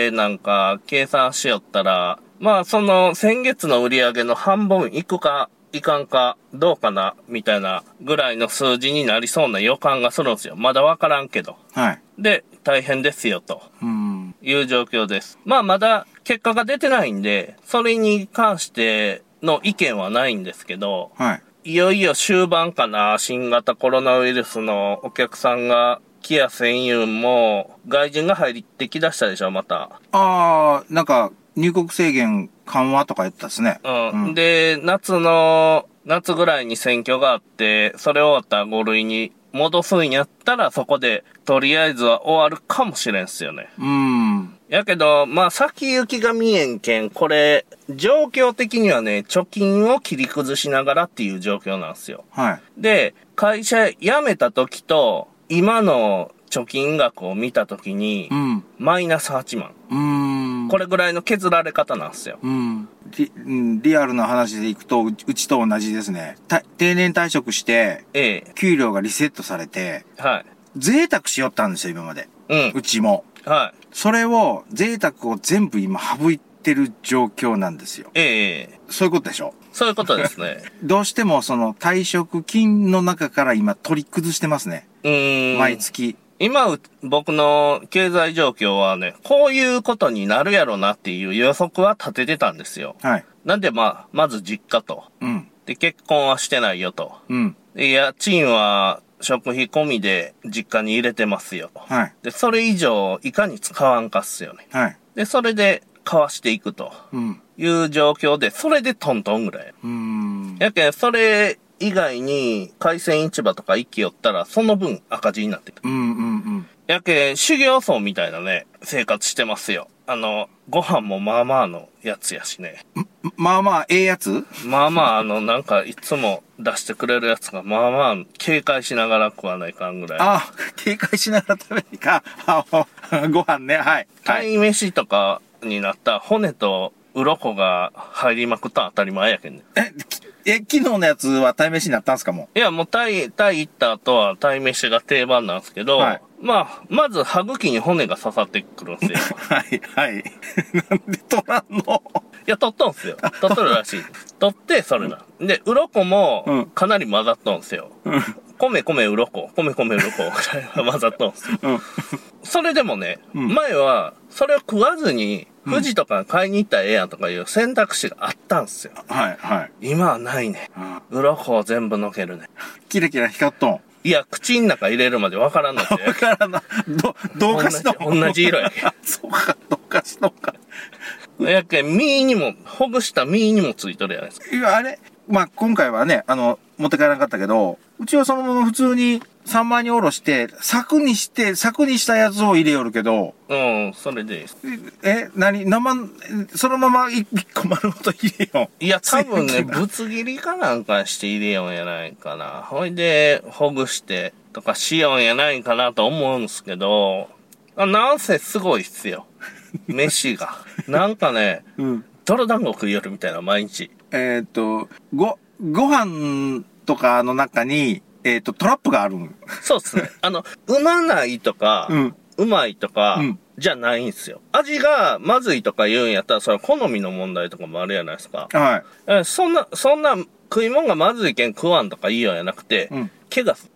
Speaker 2: げなんか計算しよったら、まあその先月の売り上げの半分いくか、いかんか、どうかな、みたいなぐらいの数字になりそうな予感がするんですよ。まだわからんけど。
Speaker 3: はい。
Speaker 2: で、大変ですよ、と
Speaker 3: うーん。
Speaker 2: いう状況です。まあまだ結果が出てないんで、それに関しての意見はないんですけど、
Speaker 3: はい。
Speaker 2: いよいよ終盤かな、新型コロナウイルスのお客さんが来やせんゆんも、外人が入ってきだしたでしょ、また。
Speaker 3: あー、なんか、入国制限緩和とか言ってたっすね。
Speaker 2: うん。
Speaker 3: うん
Speaker 2: で、夏の、夏ぐらいに選挙があって、それ終わったら5類に戻すんやったら、そこで、とりあえずは終わるかもしれんっすよね。
Speaker 3: うーん。
Speaker 2: やけど、まあ、先行きが見えんけん、これ、状況的にはね、貯金を切り崩しながらっていう状況なんですよ。
Speaker 3: はい。
Speaker 2: で、会社辞めた時と、今の貯金額を見た時に
Speaker 3: う、ん。う
Speaker 2: マイナス8万。
Speaker 3: ーん。
Speaker 2: これぐらいの削られ方なんですよ。
Speaker 3: うん。リうんリアルな話でいくと、ううちと同じですね。た定年退職して、
Speaker 2: ええ、
Speaker 3: 給料がリセットされて、
Speaker 2: はい。
Speaker 3: 贅沢しよったんですよ、今まで。
Speaker 2: うん
Speaker 3: う、ちも。
Speaker 2: はい。
Speaker 3: それを、贅沢を全部今省いてる状況なんですよ。
Speaker 2: ええ、
Speaker 3: そういうことでしょ
Speaker 2: そういうことです ね。
Speaker 3: どうしてもその退職金の中から今取り崩してますね。
Speaker 2: うー
Speaker 3: 毎
Speaker 2: ん。
Speaker 3: 月。
Speaker 2: 今、う僕の経済状況はね、こういうことになるやろなっていう予測は立ててたんですよ。
Speaker 3: はい。
Speaker 2: なんで、まあ、まず実家と。
Speaker 3: うん。
Speaker 2: で、結婚はしてないよと。
Speaker 3: うん。
Speaker 2: で、家賃は食費込みで実家に入れてますよ。
Speaker 3: はい。
Speaker 2: で、それ以上いかに使わんかっすよね。
Speaker 3: はい。
Speaker 2: で、それで交わしていくと
Speaker 3: うん。
Speaker 2: いう状況で、それでトントンぐらい。
Speaker 3: うーん。
Speaker 2: やけん、それ以外に海鮮市場とか行きよったら、その分赤字になってくる。
Speaker 3: うんうんうん。
Speaker 2: やけん、修行僧みたいなね、生活してますよ。あの、ご飯もまあまあのやつやしね。
Speaker 3: まあまあ、ええやつ
Speaker 2: まあまあ、あの、なんかいつも出してくれるやつが、まあまあ、警戒しながら食わないかんぐらい。
Speaker 3: あ、警戒しながら食べるか。あおご飯ね、はい。はい。
Speaker 2: 鯛飯とかになった骨と鱗が入りまくったら当たり前やけんね。
Speaker 3: え、きえ、昨日のやつは対面しになったんすかも
Speaker 2: いや、もうタイ、タイ行った後はタイ飯が定番なんですけど、
Speaker 3: はい
Speaker 2: まあ、まず歯茎に骨が刺さってくるんですよ。
Speaker 3: う。 はい、はい。なんで取らんの
Speaker 2: いや、取っとんすよ。取っとるらしい。取って、それな。で、鱗
Speaker 3: うん
Speaker 2: も、かなり混ざっとんすよ。
Speaker 3: うん、
Speaker 2: 米米鱗、米米鱗ぐらいは混ざっとんすよ。
Speaker 3: うん。
Speaker 2: それでもね、
Speaker 3: うん
Speaker 2: 前は、それを食わずに、富士とか買いに行ったらええやんとかいう選択肢があったんすよ。
Speaker 3: はい、はい。
Speaker 2: 今はないね。
Speaker 3: あ
Speaker 2: 鱗を全部のけるね。
Speaker 3: キラキラ光っとん。
Speaker 2: いや、口ん中入れるまでわからんのって。
Speaker 3: わからんな。ど、どうかしとん
Speaker 2: 同じ同 じ色やけん。
Speaker 3: そうか、どうかしとんか。
Speaker 2: やけん、身にも、ほぐした身にもついとるやないですか。
Speaker 3: いや、あれまあ、今回はね、あの、持って帰らなかったけど、うちはそのまま普通に三枚におろして、柵にして、柵にしたやつを入れよるけど、
Speaker 2: うん、それでいいです。
Speaker 3: え、何生、そのまま一一個丸ごと入れよう。
Speaker 2: いや、多分ね、
Speaker 3: 水分が
Speaker 2: ぶつ切りかなんかして入れようんやないかな。ほいで、ほぐして、とかしようんやないかなと思うんすけど、あなんせすごいっすよ。飯 が。なんかね、
Speaker 3: うん。
Speaker 2: 泥団子食いよるみたいな、毎日。
Speaker 3: えっ、と、ご、ご飯とかの中に、えっ、と、トラップがあるん。
Speaker 2: そうっすね。あの、うまないとか、
Speaker 3: うん。
Speaker 2: うまいとか
Speaker 3: うん、
Speaker 2: じゃないんすよ。味がまずいとか言うんやったら、それは好みの問題とかもあるやないですか。
Speaker 3: は
Speaker 2: えそんな、そんな食い物がまずいけん食わんとかいいようやなくて、
Speaker 3: い。うん。
Speaker 2: 怪我す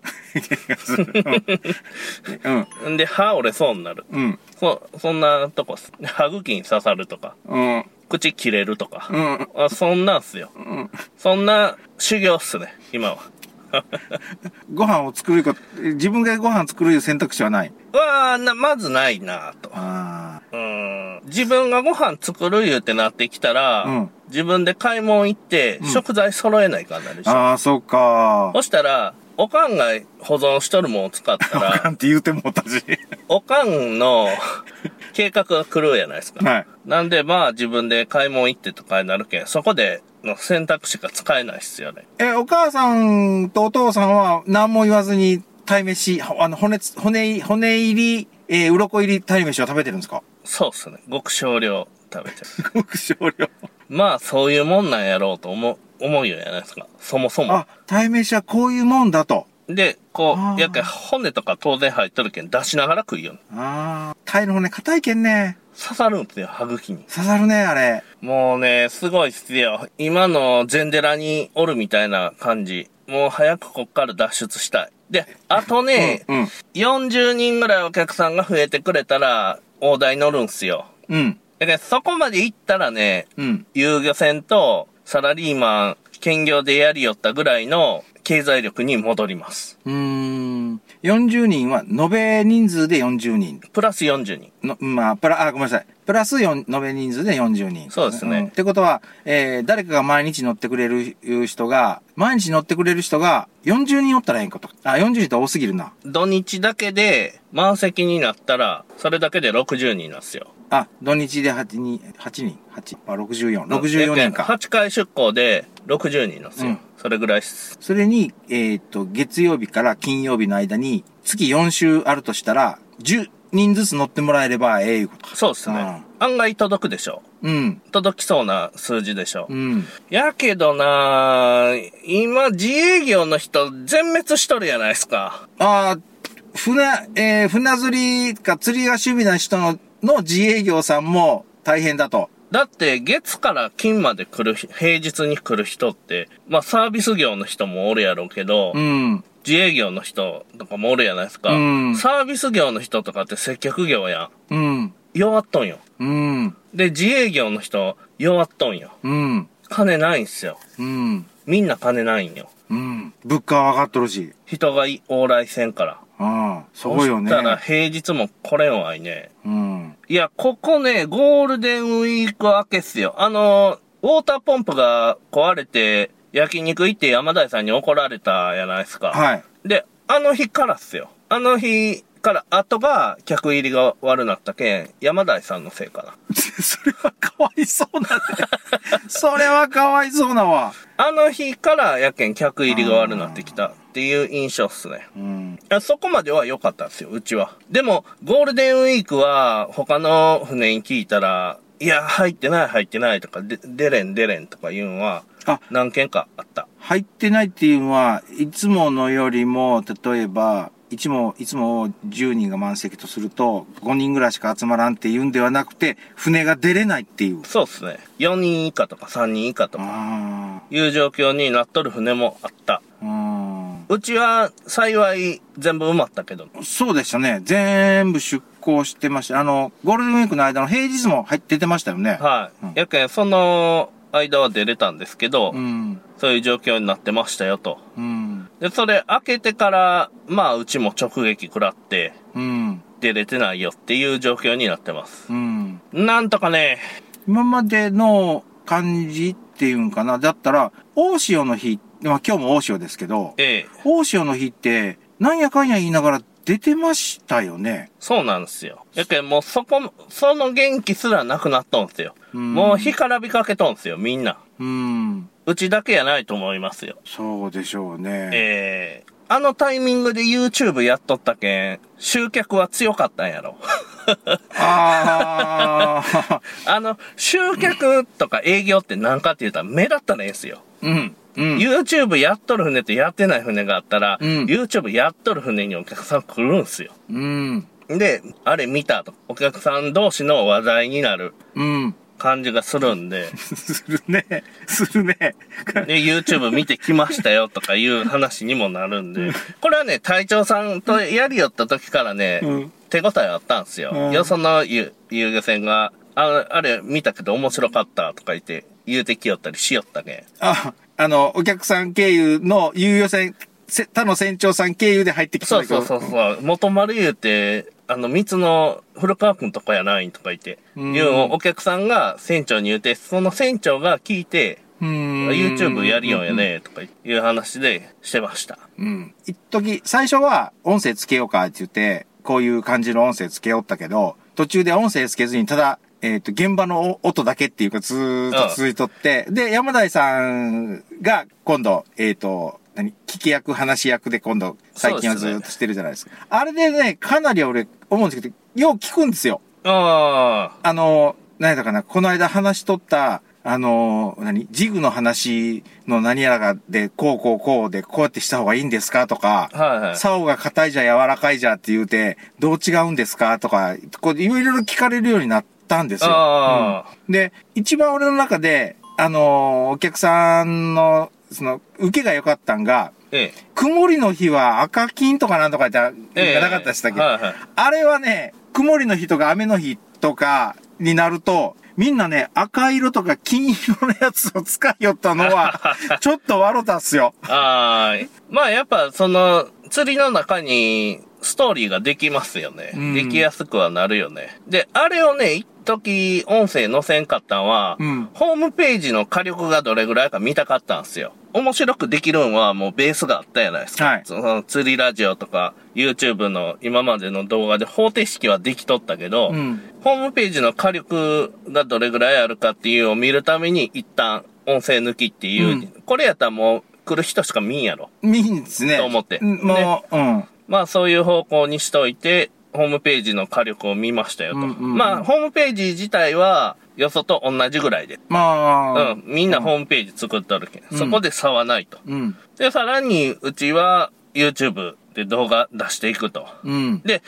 Speaker 3: うん。
Speaker 2: んで、歯折れそうになる。
Speaker 3: うん。
Speaker 2: そ、そんなとこっす。歯茎に刺さるとか、
Speaker 3: うん。
Speaker 2: 口切れるとか。
Speaker 3: うん。
Speaker 2: あそんなんすよ。
Speaker 3: うん。
Speaker 2: そんな修行っすね、今は。
Speaker 3: ご飯を作ること、自分がご飯作る選択肢はない。
Speaker 2: わあな、まずないなと。
Speaker 3: あ
Speaker 2: うん。自分がご飯作る言うてなってきたら、
Speaker 3: うん
Speaker 2: 自分で買い物行って、
Speaker 3: ん
Speaker 2: 食材揃えないかんなるでし
Speaker 3: あ。
Speaker 2: ょ。
Speaker 3: ああ、そうか。
Speaker 2: そしたら、おかんが保存しとるもんを使った
Speaker 3: あかん
Speaker 2: ら、
Speaker 3: って言うてもうたし。
Speaker 2: おかんの計画が狂うやないですか。
Speaker 3: はい。
Speaker 2: なんでまあ自分で買い物行ってとかになるけん、そこでの選択肢が使えないっすよね。
Speaker 3: え、お母さんとお父さんは何も言わずに鯛めし、あの、骨つ、骨い、骨入り、えー、鱗入り鯛めしを食べてるんですか
Speaker 2: そうっすね。ごく少量食べてる。
Speaker 3: ごく少量。
Speaker 2: まあそういうもんなんやろうと思う、思うようやないですか。そもそも
Speaker 3: あ。、鯛めしはこういうもんだと。
Speaker 2: で、こ
Speaker 3: あー
Speaker 2: う、やけん骨とか当然入っとるけん出しながら食いよる。
Speaker 3: ああ、鯛の骨硬いけんね。
Speaker 2: 刺さるんすよ、歯茎に。
Speaker 3: 刺さるね、あれ。
Speaker 2: もうね、すごいっすよ。今の禅寺におるみたいな感じ。もう早くこっから脱出したい。で、あとね、
Speaker 3: うん。
Speaker 2: 40人ぐらいお客さんが増えてくれたら、大台乗るんすよ。
Speaker 3: うん。
Speaker 2: だからそこまで行ったらね、
Speaker 3: うん。
Speaker 2: 遊漁船とサラリーマン、兼業でやりよったぐらいの経済力に戻ります。
Speaker 3: うーん。40人は、延べ人数で40人。
Speaker 2: プラス40人。
Speaker 3: の、まあ、プラ、あ、ごめんなさい。プラス4、延べ人数で40人。
Speaker 2: そうですね
Speaker 3: んってことは、えー、誰かが毎日乗ってくれるいう人が、毎日乗ってくれる人が40人おったらええんこと。あ、40人って多すぎるな。
Speaker 2: 土日だけで満席になったら、それだけで60人なんですよ。
Speaker 3: あ、土日で8人、8人、8、あ、64、64人か。
Speaker 2: 8回出向で60人なんですよ。
Speaker 3: うん
Speaker 2: それぐらいっす。
Speaker 3: それに、えーっと、月曜日から金曜日の間に、月4週あるとしたら、10人ずつ乗ってもらえればええいうこと。
Speaker 2: そうですね。案外届くでしょ
Speaker 3: うん、
Speaker 2: 届きそうな数字でしょ
Speaker 3: うん。
Speaker 2: やけどな今自営業の人全滅しとるやないですか。
Speaker 3: ああ、船、えー船釣りか釣りが趣味な人のの自営業さんも大変だと。
Speaker 2: だって月から金まで来る人、平日に来る人って、まあサービス業の人もおるやろうけど、
Speaker 3: うん。
Speaker 2: 自営業の人とかもおるやないですか。
Speaker 3: うん
Speaker 2: サービス業の人とかって接客業や
Speaker 3: うん。
Speaker 2: ん。弱っとんよ。
Speaker 3: うん。
Speaker 2: で、自営業の人弱っとんよ。
Speaker 3: うん。
Speaker 2: 金ないんすよ。
Speaker 3: うん。
Speaker 2: みんな金ないんよ。
Speaker 3: うん。物価は上がっとるし。
Speaker 2: 人がい往来せんから。
Speaker 3: ああ、すごいよね
Speaker 2: そし。たら平日も来れんわいね。
Speaker 3: うん。
Speaker 2: いや、ここね、ゴールデンウィーク明けっすよ。あの、ウォーターポンプが壊れて、焼肉行って山田さんに怒られたやないですか。
Speaker 3: はい。
Speaker 2: で、あの日からっすよ。あの日から後が客入りが悪なったけん、山田さんのせいかな。
Speaker 3: それはかわいそうだね。 それはかわいそうなわ。
Speaker 2: あの日からやけん客入りが悪なってきたっていう印象っすね。
Speaker 3: うん。
Speaker 2: いやそこまでは良かったんですよ、うちは。でも、ゴールデンウィークは、他の船に聞いたら、いや、入ってない、入ってないとか、で、出れん、出れんとかいうのは、
Speaker 3: あ
Speaker 2: 何件かあった。
Speaker 3: 入ってないっていうのは、いつものよりも、例えば、いつも、いつも10人が満席とすると、5人ぐらいしか集まらんっていうんではなくて、船が出れないっていう。
Speaker 2: そうですね。4人以下とか3人以下とか、
Speaker 3: あ
Speaker 2: いう状況になっとる船もあった。
Speaker 3: あ、うん。
Speaker 2: うちは、幸い、全部埋まったけど。
Speaker 3: そうでしたね。全部出航してました。あの、ゴールデンウィークの間の平日も入っててましたよね。
Speaker 2: はい。
Speaker 3: うん
Speaker 2: やけん、その間は出れたんですけど、
Speaker 3: うん。
Speaker 2: そういう状況になってましたよと。
Speaker 3: うん。
Speaker 2: で、それ開けてから、まあ、うちも直撃食らって、
Speaker 3: うん。
Speaker 2: 出れてないよっていう状況になってます。
Speaker 3: うん。
Speaker 2: なんとかね、
Speaker 3: 今までの感じっていうんかな。だったら、大潮の日、まあ今日も大潮ですけど、
Speaker 2: ええ、
Speaker 3: 大潮の日って、なんやかんや言いながら出てましたよね。
Speaker 2: そうなんですよ。やけんもうそこ、その元気すらなくなっとんすよ。
Speaker 3: うん
Speaker 2: もう干からびかけとんすよ、みんな。
Speaker 3: うん。
Speaker 2: うちだけやないと思いますよ。
Speaker 3: そうでしょうね。
Speaker 2: ええあのタイミングで YouTube やっとったけん、集客は強かったんやろ。
Speaker 3: ああ。
Speaker 2: あの、集客とか営業って何かって言ったら目立ったらええんすよ。
Speaker 3: うん。うん。
Speaker 2: YouTube やっとる船とやってない船があったら、
Speaker 3: うん
Speaker 2: YouTube やっとる船にお客さん来るんすよ。
Speaker 3: うん。
Speaker 2: で、あれ見たと、お客さん同士の話題になる
Speaker 3: うん。
Speaker 2: 感じがするんで、
Speaker 3: するね。するね。
Speaker 2: で、YouTube 見てきましたよとかいう話にもなるんで、これはね、隊長さんとやりよった時からね、
Speaker 3: うん
Speaker 2: 手応えあったんですよ。
Speaker 3: うん
Speaker 2: よその遊遊漁船が、ああれ見たけど面白かったとか言って、言うてきよったりしよったけん。
Speaker 3: あ、あの、お客さん経由の有予船、せ他の船長さん経由で入ってきたん
Speaker 2: そう
Speaker 3: だけ
Speaker 2: そ
Speaker 3: ど。
Speaker 2: うそうそう。元丸言うて、あの、三つの古川君とかやないんとか言って、
Speaker 3: うん
Speaker 2: いうのをお客さんが船長に言うて、その船長が聞いて、
Speaker 3: うん。
Speaker 2: YouTube やるよんやね、とかいう話でしてました。
Speaker 3: うん。一時、最初は音声つけようかって言って、こういう感じの音声つけよったけど、途中で音声つけずに、ただ、えっ、と、現場のお音だけっていうか、ずーっと続いとって、で、山台さんが、今度、えっ、と、何聞き役、話し役で今度、最近はずーっとしてるじゃないですか。あれでね、かなり俺、思うんですけど、よう聞くんですよ。
Speaker 2: あ
Speaker 3: あの、何だかな、この間話しとった、あの、何ジグの話の何やらがで、こうこうこうで、こうやってした方がいいんですかとか、
Speaker 2: あ、はいはい。
Speaker 3: 竿が硬いじゃ柔らかいじゃって言うて、どう違うんですかとか、こういろいろ聞かれるようになったんですよ。
Speaker 2: ああ、
Speaker 3: で、一番俺の中で、あのーお客さんの、その、受けが良かったんが、
Speaker 2: え
Speaker 3: 曇りの日は赤金とかなんとかじゃ、
Speaker 2: え。ええ。
Speaker 3: なかったでしたっけ、
Speaker 2: はいはい。
Speaker 3: あれはね、曇りの日とか雨の日とかになると、みんなね、赤色とか金色のやつを使いよったの は、ちょっと笑ったっすよ。
Speaker 2: ああ、まあやっぱその釣りの中にストーリーができますよね。
Speaker 3: うん
Speaker 2: できやすくはなるよね。で、あれをね、一時音声載せんかったんは、
Speaker 3: うん
Speaker 2: ホームページの火力がどれぐらいか見たかったんですよ。面白くできるんはもうベースがあったじゃないですか。
Speaker 3: はい
Speaker 2: その釣りラジオとか YouTube の今までの動画で方程式はできとったけど、
Speaker 3: うん
Speaker 2: ホームページの火力がどれぐらいあるかっていうのを見るために一旦音声抜きっていう、
Speaker 3: うん
Speaker 2: これやったらもう来る人しか見んやろ。
Speaker 3: いいんですね。
Speaker 2: と思って
Speaker 3: うんもう、
Speaker 2: ね
Speaker 3: うん。
Speaker 2: まあそういう方向にしといて、ホームページの火力を見ましたよと。
Speaker 3: うんうんうん
Speaker 2: まあホームページ自体はよそと同じぐらいで。
Speaker 3: まあ、
Speaker 2: うん、みんなホームページ作っとるけん。
Speaker 3: うん
Speaker 2: そこで差はないと。
Speaker 3: うん。
Speaker 2: で、さらにうちは YouTube で動画出していくと。
Speaker 3: うん。
Speaker 2: で、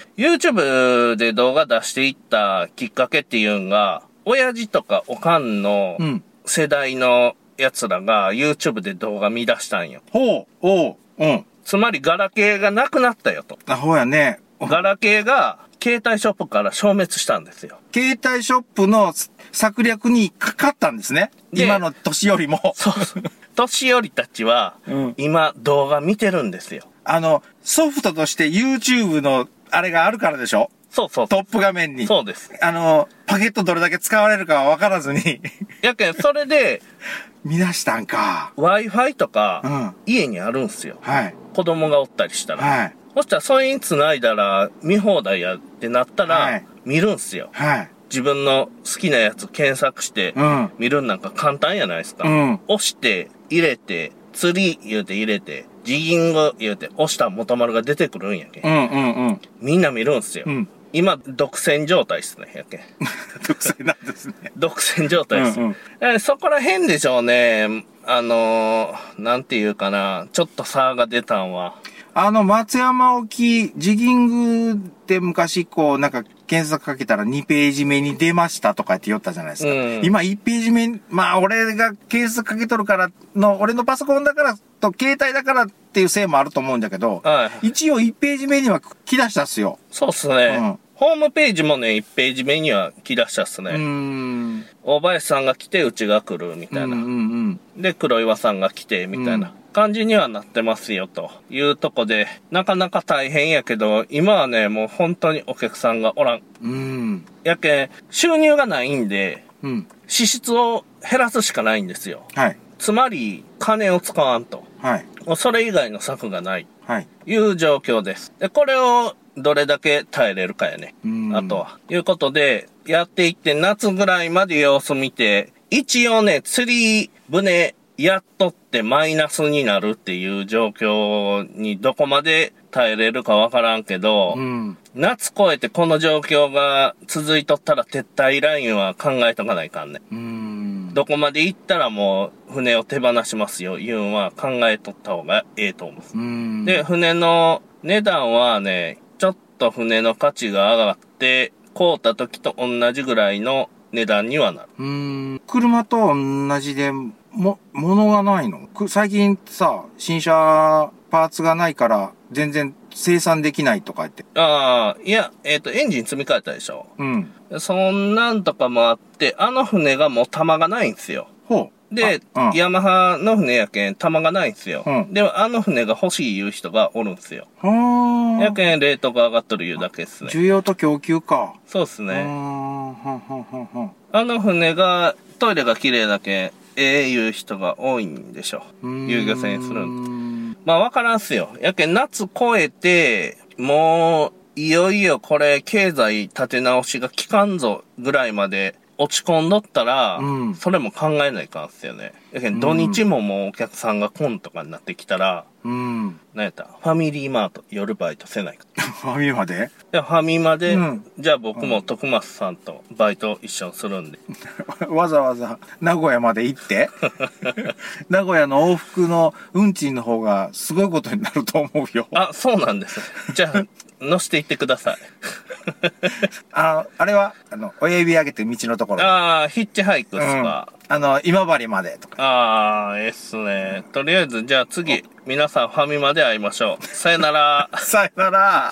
Speaker 2: YouTube で動画出していったきっかけっていうんが、親父とかおかんの
Speaker 3: うん。
Speaker 2: 世代の奴らが YouTube で動画見出したんよ。
Speaker 3: ほう、おう、うん。
Speaker 2: つまりガラケーがなくなったよと。
Speaker 3: あ、ほうやね。お
Speaker 2: ガラケーが携帯ショップから消滅したんですよ。
Speaker 3: 携帯ショップの策略にかかったんですね。
Speaker 2: で
Speaker 3: 今の年よりも。
Speaker 2: そう。 年寄りたちは
Speaker 3: うん、
Speaker 2: 今動画見てるんですよ。
Speaker 3: あの、ソフトとして YouTube のあれがあるからでしょ
Speaker 2: そうそう
Speaker 3: トップ画面に。
Speaker 2: そうです。
Speaker 3: あの、パケットどれだけ使われるかは分からずに、
Speaker 2: やけん、それで
Speaker 3: 見出したんか。
Speaker 2: Wi-Fi とか
Speaker 3: う
Speaker 2: 家にあるんすよ。
Speaker 3: はい。
Speaker 2: 子供がおったりしたら。
Speaker 3: はい。
Speaker 2: そしたらそれに繋いだら見放題やってなった
Speaker 3: は
Speaker 2: ら
Speaker 3: い
Speaker 2: 見るんすよ。
Speaker 3: はい。
Speaker 2: 自分の好きなやつ検索して
Speaker 3: うん。
Speaker 2: 見るんなんか簡単やないですか。
Speaker 3: うん
Speaker 2: 押して入れて釣り言うて入れてジギング言うて押したら元丸が出てくるんやけ、
Speaker 3: うんうんうん。
Speaker 2: みんな見るんすよ。
Speaker 3: うん。
Speaker 2: 今、独占状態ですね、やけん。
Speaker 3: 独裁なんですね。
Speaker 2: 独占状態です。
Speaker 3: うんうん
Speaker 2: えーそこら辺でしょうね。あのーなんていうかな、ちょっと差が出たんは。
Speaker 3: あの、松山沖、ジギングって昔こう、なんか検索かけたら2ページ目に出ましたとかって言ったじゃないですか。
Speaker 2: うん
Speaker 3: 今1ページ目に、まあ俺が検索かけとるからの、俺のパソコンだからと携帯だからっていうせいもあると思うんだけど、
Speaker 2: はい。
Speaker 3: 一応1ページ目には来だしたっすよ。
Speaker 2: そうっすね。
Speaker 3: うん
Speaker 2: ホームページもね、1ページ目には来だしたっす
Speaker 3: うー
Speaker 2: ね。
Speaker 3: ん。
Speaker 2: 大林さんが来て、うちが来る、みたいな。
Speaker 3: うんうんうん。
Speaker 2: で、黒岩さんが来て、みたいな感じにはなってますよ、というとこで、なかなか大変やけど、今はね、もう本当にお客さんがおらん。
Speaker 3: うん。
Speaker 2: やけん、収入がないんで、
Speaker 3: うん。
Speaker 2: 支出を減らすしかないんですよ。
Speaker 3: はい。
Speaker 2: つまり、金を使わんと。
Speaker 3: はい。
Speaker 2: もうそれ以外の策がない。
Speaker 3: はい。
Speaker 2: いう状況です。で、これをどれだけ耐えれるかやね。
Speaker 3: うん
Speaker 2: あとは。いうことで、やっていって夏ぐらいまで様子見て、一応ね、釣り船やっとってマイナスになるっていう状況にどこまで耐えれるかわからんけど、
Speaker 3: うん。
Speaker 2: 夏越えてこの状況が続いとったら撤退ラインは考えとかないかんね。
Speaker 3: うん。
Speaker 2: どこまで行ったらもう船を手放しますよ、いうんは考えとった方がええと思う。
Speaker 3: うん。
Speaker 2: で、、船の値段はね、ちょっと船の価値が上がって、凍った時と同じぐらいの値段にはなる。
Speaker 3: うーん、車と同じで、も、物がないのく最近さ、新車パーツがないから、全然生産できないとか言って。
Speaker 2: ああ、いや、えっ、と、エンジン積み替えたでしょ。
Speaker 3: うん。
Speaker 2: そんなんとかもあって、あの船がもう玉がないんですよ。
Speaker 3: ほう。
Speaker 2: で、
Speaker 3: あうん
Speaker 2: ヤマハの船やけん、玉がないんですよ。
Speaker 3: うん
Speaker 2: でも、あの船が欲しいいう人がおるんですよ。
Speaker 3: はー
Speaker 2: やけん、レートが上がっとるいうだけですね。
Speaker 3: 需要と供給か。
Speaker 2: そうです
Speaker 3: うー
Speaker 2: ね。
Speaker 3: ん、はんはんはんはん。
Speaker 2: あの船が、トイレが綺麗だけん、ええいう人が多いんでしょ
Speaker 3: うーん
Speaker 2: 遊漁船するん
Speaker 3: うん。
Speaker 2: まあ分からんすよ。やけん夏超えて、もう、いよいよこれ経済立て直しが効かんぞぐらいまで落ち込んどったら、
Speaker 3: うん
Speaker 2: それも考えないかんすよね。やけん土日ももうお客さんが来んとかになってきたら、
Speaker 3: うん。
Speaker 2: なんやったファミリーマート、夜バイトせないか。
Speaker 3: ファミマで
Speaker 2: でファミマで、
Speaker 3: うん
Speaker 2: じゃあ僕も徳松さんとバイト一緒にするんで。
Speaker 3: わざわざ名古屋まで行って 名古屋の往復の運賃の方がすごいことになると思うよ。
Speaker 2: あ、そうなんです。じゃあ、乗していってくだ さい。
Speaker 3: あ、あれは、あの、親指上げて道のところ。
Speaker 2: ああ、ヒッチハイクっす
Speaker 3: うん
Speaker 2: か。
Speaker 3: あの、今治までとか。
Speaker 2: ああ、ええっすね。とりあえず、じゃあ次、皆さんファミマで会いましょう。さよなら。
Speaker 3: さよなら。